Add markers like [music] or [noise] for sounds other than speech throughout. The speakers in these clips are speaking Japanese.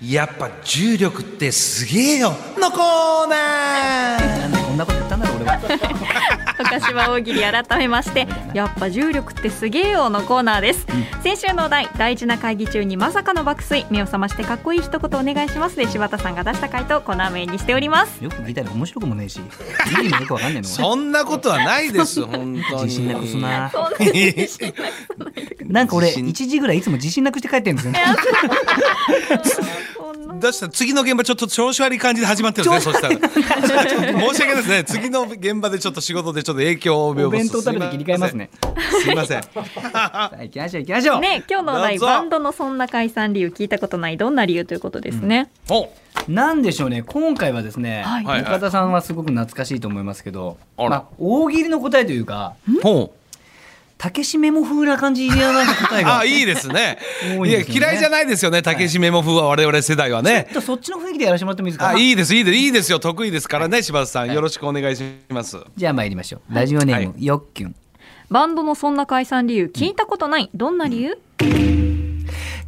やっぱ重力ってすげえよのコーナ [laughs] ーなんでこんなこと言ったんだろう俺は岡島大喜利改めましてやっぱ重力ってすげえよのコーナーです、先週のお題大事な会議中にまさかの爆睡目を覚ましてかっこいい一言お願いしますで柴田さんが出した回答コーナー名にしておりますよく聞いたら面白くもねえし意味もよくわかんねえ [laughs] のそんなことはないです本当に自信なく [laughs] すなそんなに自信ないなんか俺自信1時ぐらいいつも自信なくして帰ってんですよねそんな出したら次の現場ちょっと調子悪い感じで始まってるんですねそしたら [laughs] 申し訳ないですね次の現場でちょっと仕事でちょっと影響を及おぼす弁当食べて切り替えますねすいませんさあ行きましょう行きましょう、ね今日のお題どうぞバンドのそんな解散理由聞いたことないどんな理由ということですね、おなんでしょうね今回はですね、はいはいはい中田さんはすごく懐かしいと思いますけど、あらまあ、大喜利の答えというかほうたけしメモ風な感じでなんか答えがあいいですね多いいでやすよね嫌いじゃないですよね竹しメモ風は我々世代はねちょっとそっちの雰囲気でやらせてもらってもいいですかあいいですいいですいいですよ得意ですからね柴田さんよろしくお願いしますじゃあ参りましょうラジオネーム、はよっきゅんバンドのそんな解散理由聞いたことないどんな理由、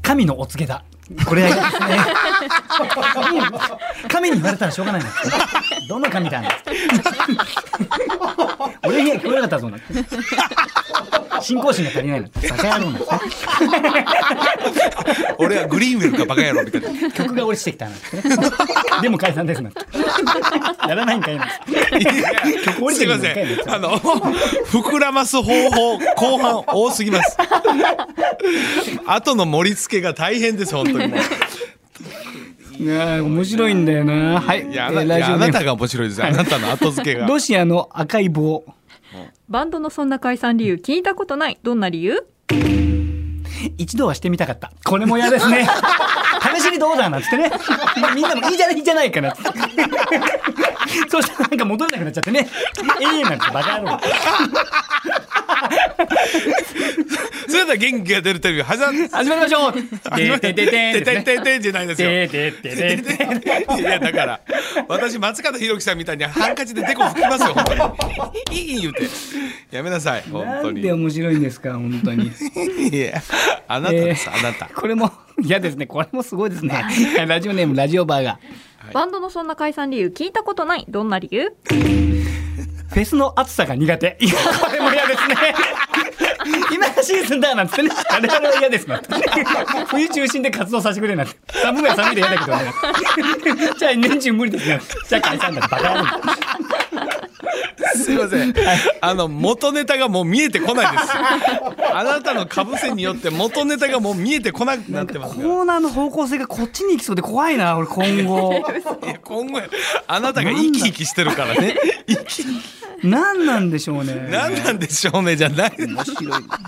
神のお告げだこれがいいですね神に言われたらしょうがないのどの神だ俺には聞こえなかったぞなんて信仰心が足りないのバカ野郎なんですね俺はグリーンウェルかバカ野郎みたいな曲が落ちてきたなんてねでも解散ですなんてやらないんかいなんて曲降りすいてくるまの一せ回でん。あの、膨らます方法、後半多すぎます。後の盛り付けが大変です、本当に。ねえ面白いんだよなはいいえや、あなーラいジやオあなネーたムが面白いです。あなたの後付けが。ロシアの赤い棒バンドのそんな解散理由聞いたことないどんな理由一度はしてみたかったこれも嫌ですね試しにどうだなんつってねみんなもいいじゃないいいじゃないかなっつってそうしたらなんか戻れなくなっちゃってねええなんてバカ野郎それでは元気が出るテレビ、はざ、始まりましょうでででてでてでんてんてんじゃないですよ。でででででいや、だから、私、松方弘樹さんみたいにハンカチでデコ拭きますよ、本当に。いい言うて。やめなさい、本な当んに。で面白いんですか本当 [laughs] にいや、あなたです、あなた。これも嫌ですねこれもすごいですねラジオネームラジオバーがバンドのそんな解散理由聞いたことないどんな理由フェスの暑さが苦手いやこれも嫌 [laughs] ですね今がシーズンだなんつってねあれあれは嫌ですなんて冬中心で活動させてくれなんて寒いは寒いで嫌だけどねじゃあ年中無理ですねじゃあ解散だバカ野郎 [laughs] すいません。あの、元ネタがもう見えてこない [laughs] です。あなたの被せによって元ネタがもう見えてこなくなってますから。コーナーの方向性がこっちに行きそうで怖いな俺今後いや今後、あなたが生き生きしてるからね。生き、何なんでしょうね何なんでしょうねじゃ [laughs] ない。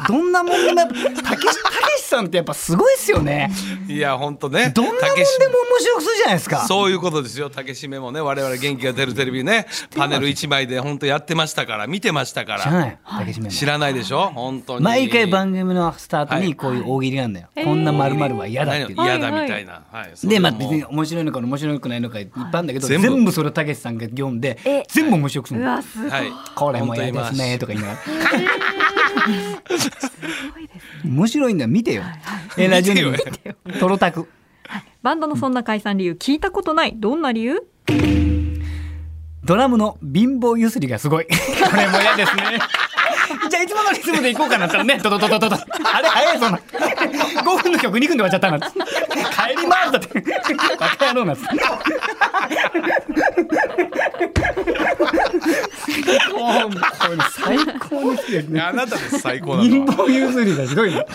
どんなもんでもやっぱたけしたけしさんってやっぱすごいっすよねいや、本当ね。どんなもんでもた面けし白くするじゃないですかそういうことですよ。たけしめもね、我々元気が出るテレビね、パネル一枚で本当やってましたから、見てましたか知らら。ないたけしめも知らないでしょ本当に。毎回番組のスタートにこういう大喜利なんだよ、こんなまるは嫌だっていう、何を嫌だみたいな。はい。それでまあも別に面白いのか面白くないのかいっぱいあるんだけはど、い全部全部それをたけしさんが読んでえ全部面白くするうの、わすごい、はい。これも嫌ですねとか言いながら面白いんだよ見てよ、えーラジオネーム見てトロタクバンドのそんな解散理由聞いたことないどんな理由ドラムの貧乏ゆすりがすごい [laughs] これも嫌ですねじゃあいつものリズムでいこうかなったらね [laughs] ドドドドドドあれ早いぞな5分の曲2分で終わっちゃったな [laughs] 帰りますだってバカ野郎なっつってもうこれ最高ですよ [laughs] いやねあなたです、最高なの貧は。乏ゆすりがひどいな [laughs]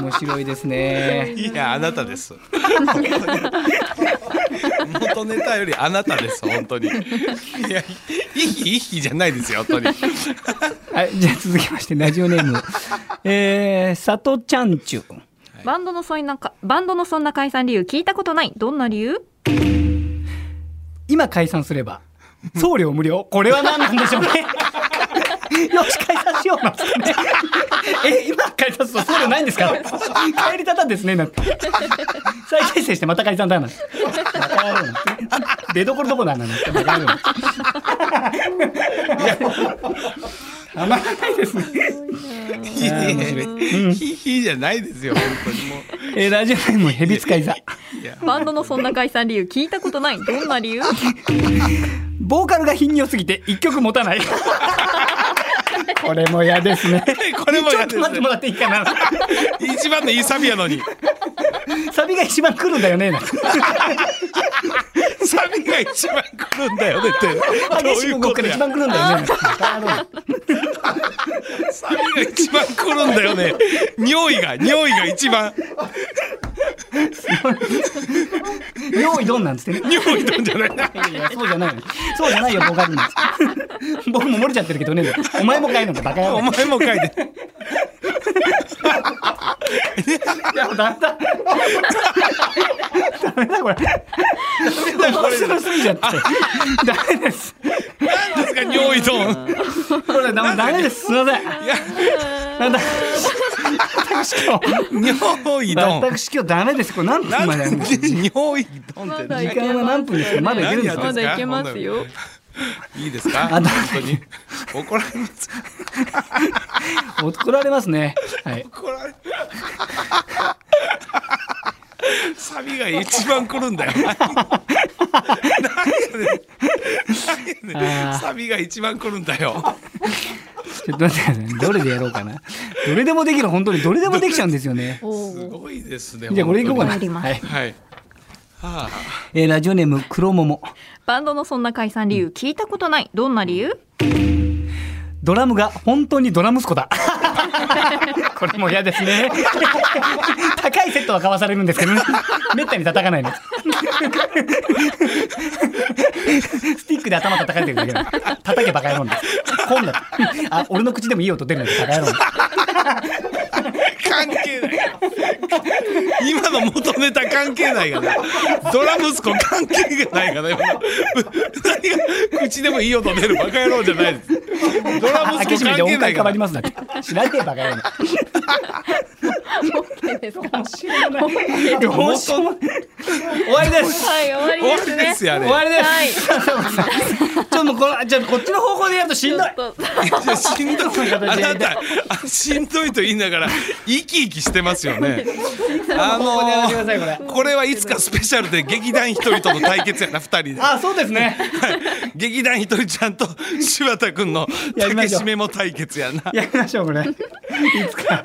面白いですねいや、あなたです。元ネタよりあなたです、本当に。いや、いきいきじゃないですよ、本当に。はい、じゃあ続きましてラジオネーム、えー、さとちゃんちゅバンドのそんなかバンドのそんな解散理由聞いたことないどんな理由今解散すれば送料無料これは何なんでしょうねよし解散しようなんつってねえ今解散すると送料ないんですか帰り方ですねなんて再結成してまた解散だなんてまたやろうなんて出どころどこだなんてまたやろうなんてはまらないですね。ひいやいやひいひいじゃないですよ本当にもえーラジオネームヘビ使い座。ういやバンドのそんな解散理由聞いたことないどんな理由ボーカルが頻尿すぎて一曲持たない。 [laughs] これも嫌ですね。これも嫌ちょっでと待ってもすらっていいかな。一番のいいサビやのにサビが一番来るんだよね。なんかサビが一番来るんだよねってどう激しいくう動ことくやから一番来るんだよね。サビが一番来るんだよね匂いが匂いが一番 [laughs] 用意どんなんつってね。匂いなんじゃないいやそうじゃないよ。そうじゃないよ、ボーカルなんです。僕も漏れちゃってるけどね。お前もかいなんかバカやろお。前も書いていや、だんだん。ダメだ、これ。面白すぎちゃって。ダメです。何ですか尿意ドンこれ、ダメ、ダメです。すみません。なんだ。私今日。尿意ドン私今日ダメです。これ、何分までやるん何ですか。で尿意ドンってまだ時間は何分ですか。まだいけるんです何やか。まってんだいけますよいいですかあ本だ当に怒られます怒られますね。はい。怒られサビが一番来るんだよ。何やねん。何やねあーん。サビが一番来るんだよ。ちょっと待ってください。どれでやろうかな。どれでもできる、本当に、どれでもできちゃうんですよね。おすーごいですね。じゃあ、これいこうかな。参りますはい。はい。はあ、えーラジオネーム黒桃。バンドのそんな解散理由聞いたことないどんな理由ドラムが本当にドラ息子 [laughs] だ。これも嫌ですね。高いセットは買わされるんですけどね。めったに叩かないの。スティックで頭叩かれてるだけだ。叩けバカ野郎なんです。こんな。あ、俺の口でもいい音出るんです。バカ野郎。関係ないよ。今の元ネタ関係ないがね。ドラ息子関係がないがね。今の何が口でもいい音出るバカ野郎じゃないです。ドラ開息け子関閉めで音係な階い変かわりら。ますだって。知らねえバカ野郎。ですか知らない。どうしようもない終わりです。はい終わり終わですりねですよあれ終わりです。はいちょっともうこの、じゃあこっちの方向でやるとしんどい。ちょっといやしんどいあ形でなたあしんどいと言いながら生き生きしてますよねあここでやってくだのさい、これ。これはいつかスペシャルで劇団ひとりとの対決やな2人であ、そうですね。劇団ひとりちゃんと柴田君のやりま竹しょうしめも対決やなやりましょう、これ。いつか。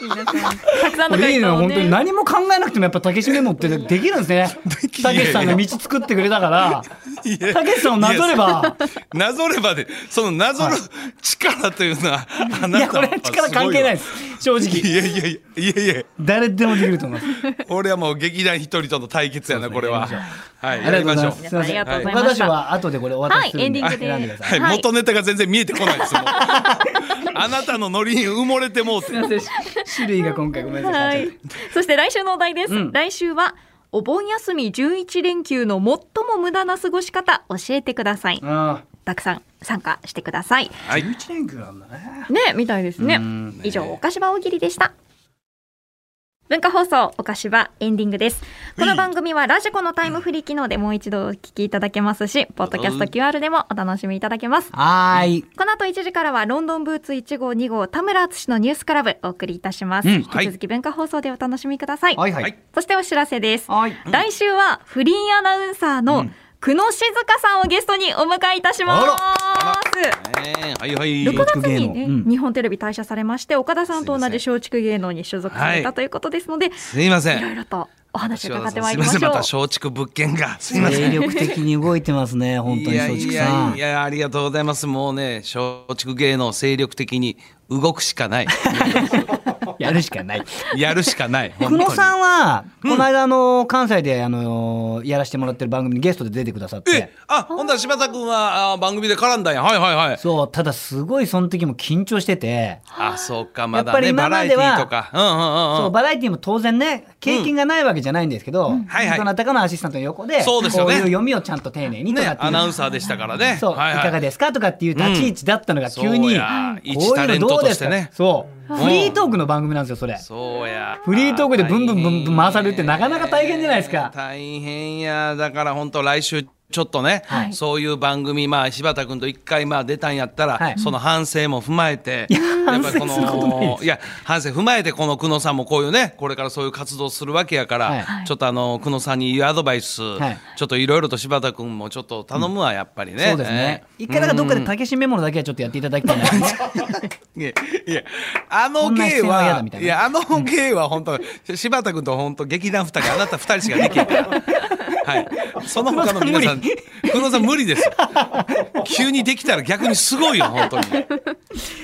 皆さんたくさんこのれいいな、回答を本当にね何も考えなくても、やっぱ竹しメモってできるんです [laughs] ねで。きる竹しさんが道作ってくれたから。竹しさんをなぞれば。 [laughs] なぞればでそのなぞる力というのはあいなや、たこはれ力関係ないですす。正ごい直。わいやいやいやいやいや誰でもできると思います。俺はもう劇団ひとりとの対決やなこれははいやりましょうすいません。ありがとうございました私は後でこれお渡しするんで。はいエンディングで選んくださいはい、はい元ネタが全然見えてこないですよ。もうあなたのノリに埋もれてもうて。種類が今回ごめんなはさい。い。そして来週のお題です、うん来週はお盆休み11連休の最も無駄な過ごし方教えてくださいあたくさん参加してくださいはい、あ、チェンクなんだね。ねみたいですねうん以上岡島大喜利でした文化放送岡島エンディングですこの番組はラジコのタイムフリー機能でもう一度お聞きいただけますしポッドキャスト QR でもお楽しみいただけますはーい。この後1時からはロンドンブーツ1号2号田村敦のニュースクラブお送りいたします、うん引き続き文化放送でお楽しみください、はいははいい。そしてお知らせですはい。来週はフリーアナウンサーの久野静香さんをゲストにお迎えいたしますあら。えーはいはい。 6月に、松竹ね芸能うん日本テレビ退社されまして岡田さんと同じ松竹芸能に所属されたということですので、い、すいませろいん。ろとお話を伺ってまいすいりまましせん、まょうた。松竹物件が。すいませ精ん。力的に動いてますね、本当に松竹さんいやいやい。やありがとうございますもうね松竹芸能精力的に動くしかないやるしかない。やるしか [laughs] ない久野んさんは、この間、あの、関西で、あの、やらせてもらってる番組にゲストで出てくださってえ。あほんだら柴田君はあ番組で絡んだんやはいはいはいそう、ただすごいその時も緊張してて、あそうかまやっぱだりね今バまラエでティはーとかうんうんうんそうう、んバラエティも当然ね、経験がないわけじゃないんですけど、はいはいどなたかのアシスタントの横で、そうですよねこういう読みをちゃんと丁寧にとねかっていアう。ナウンサーでしたからねそう、、はいいはいかがですかとかっていう立ち位置だったのが急そうに、やこう一タいレうンのトどうとでしすてか、ねそう、フリートークの番組なんですよ、それ。そうや。フリートークでブンブンブンブン回されるってなかなか大変じゃないですか大変や。だから本当来週ちょっとね、はいそういう番組、まあ、柴田君と一回まあ出たんやったら、はいその反省も踏まえて、いやぱり反省することないでいや反省踏まえてこの久野さんもこういうねこれからそういう活動するわけやから、はいちょっとあの久野さんにいいアドバイス、はいちょっといろいろと柴田君もちょっと頼むわやっぱりね。そうですね。一回だからどっかでたけしメモのだけはちょっとやっていただきたいな。いや、いや、あのこんな芸必要は嫌だは、みたいいなや、あの芸は本当、柴田君と本当劇団二人、あなた二人しかできないから。はい、その他の皆さん、久野さん無理ですよ。急にできたら逆にすごいよ、本当い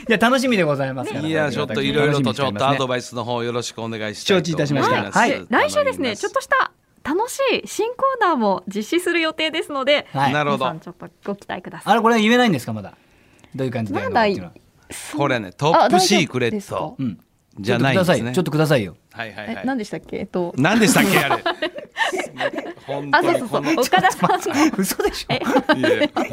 や楽しみでございますから。に。いや、ちょっといろいろと、ちょっとアドババイイスの方よろしくお願いしたいと思います。承知いたしましたはいで来週ですねちょっとした楽しい新コーナーも実施する予定ですので、はいなるほど皆さんちょっとご期待くださいあれこれ言えないんですかまだ。どういう感じでやるのっていうのは。これね、トップシークレッあ大丈夫ですかトうん。じゃないんですね。ちょっとください。ちょっとくはいはいえは何い。でしたっけえっと何でしたっけ、あれ。本あそ当うにそうそこうの。い岡田さんださいよ。 [laughs] 嘘でしょ。や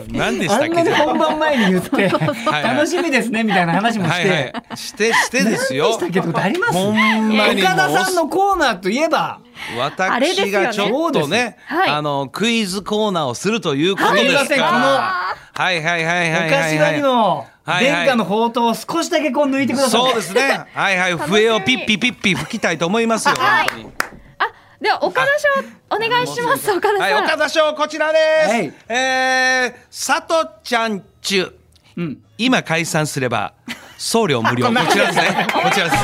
何でしあたっんなけに。本番前に言って [laughs] はい楽しみですねみたいな話もしはいはて。い、してしてですよ。したけどあります。ほんまにもう岡田さんのコーナーといえば。あれで私すよねがちょっそとうですねよ、はいあのクイズコーナーをするということはいですすかいませんこのら。はいはいはいはいはい柏は木のはいはい殿下の宝刀を少しだけこう抜いてくい。ださい。そうですね。はいはい、しみ笛をピッピピッピ吹きたいと思いますよ。本当にでは岡田賞お願いします岡田さん、はい、岡田賞こちらです。えー、さとちゃんちゅ。うん。今解散すれば送料無料。こちらですね。こちらです。こ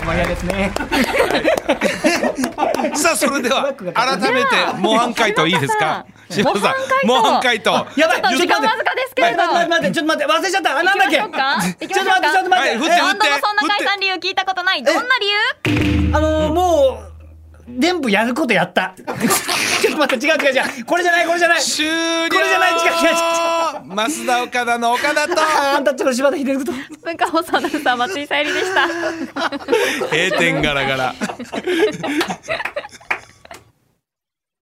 れも嫌ですね。 [laughs] さあそれでは改めて模範解答いいですかじゃあ柴田さん模模範範解解答やばい。ちょっと時間わずかですけれど、待って待ってちょっと待って忘れちゃった。あなんだっけ。行きましょうか [laughs] ちょっと待ってちょっと待って。はい振ってえ何度もそんな解散理由聞いたことないどんな理由あのーもう全部やることやった。 [laughs] ちょっと待って違う違う違う。これじゃないこれじゃない。終了これじゃない違う違う違う増田岡田の岡田とあーあんたちの柴田秀嗣と。文化放送アナウンサー松井さゆりでした閉店ガラガラ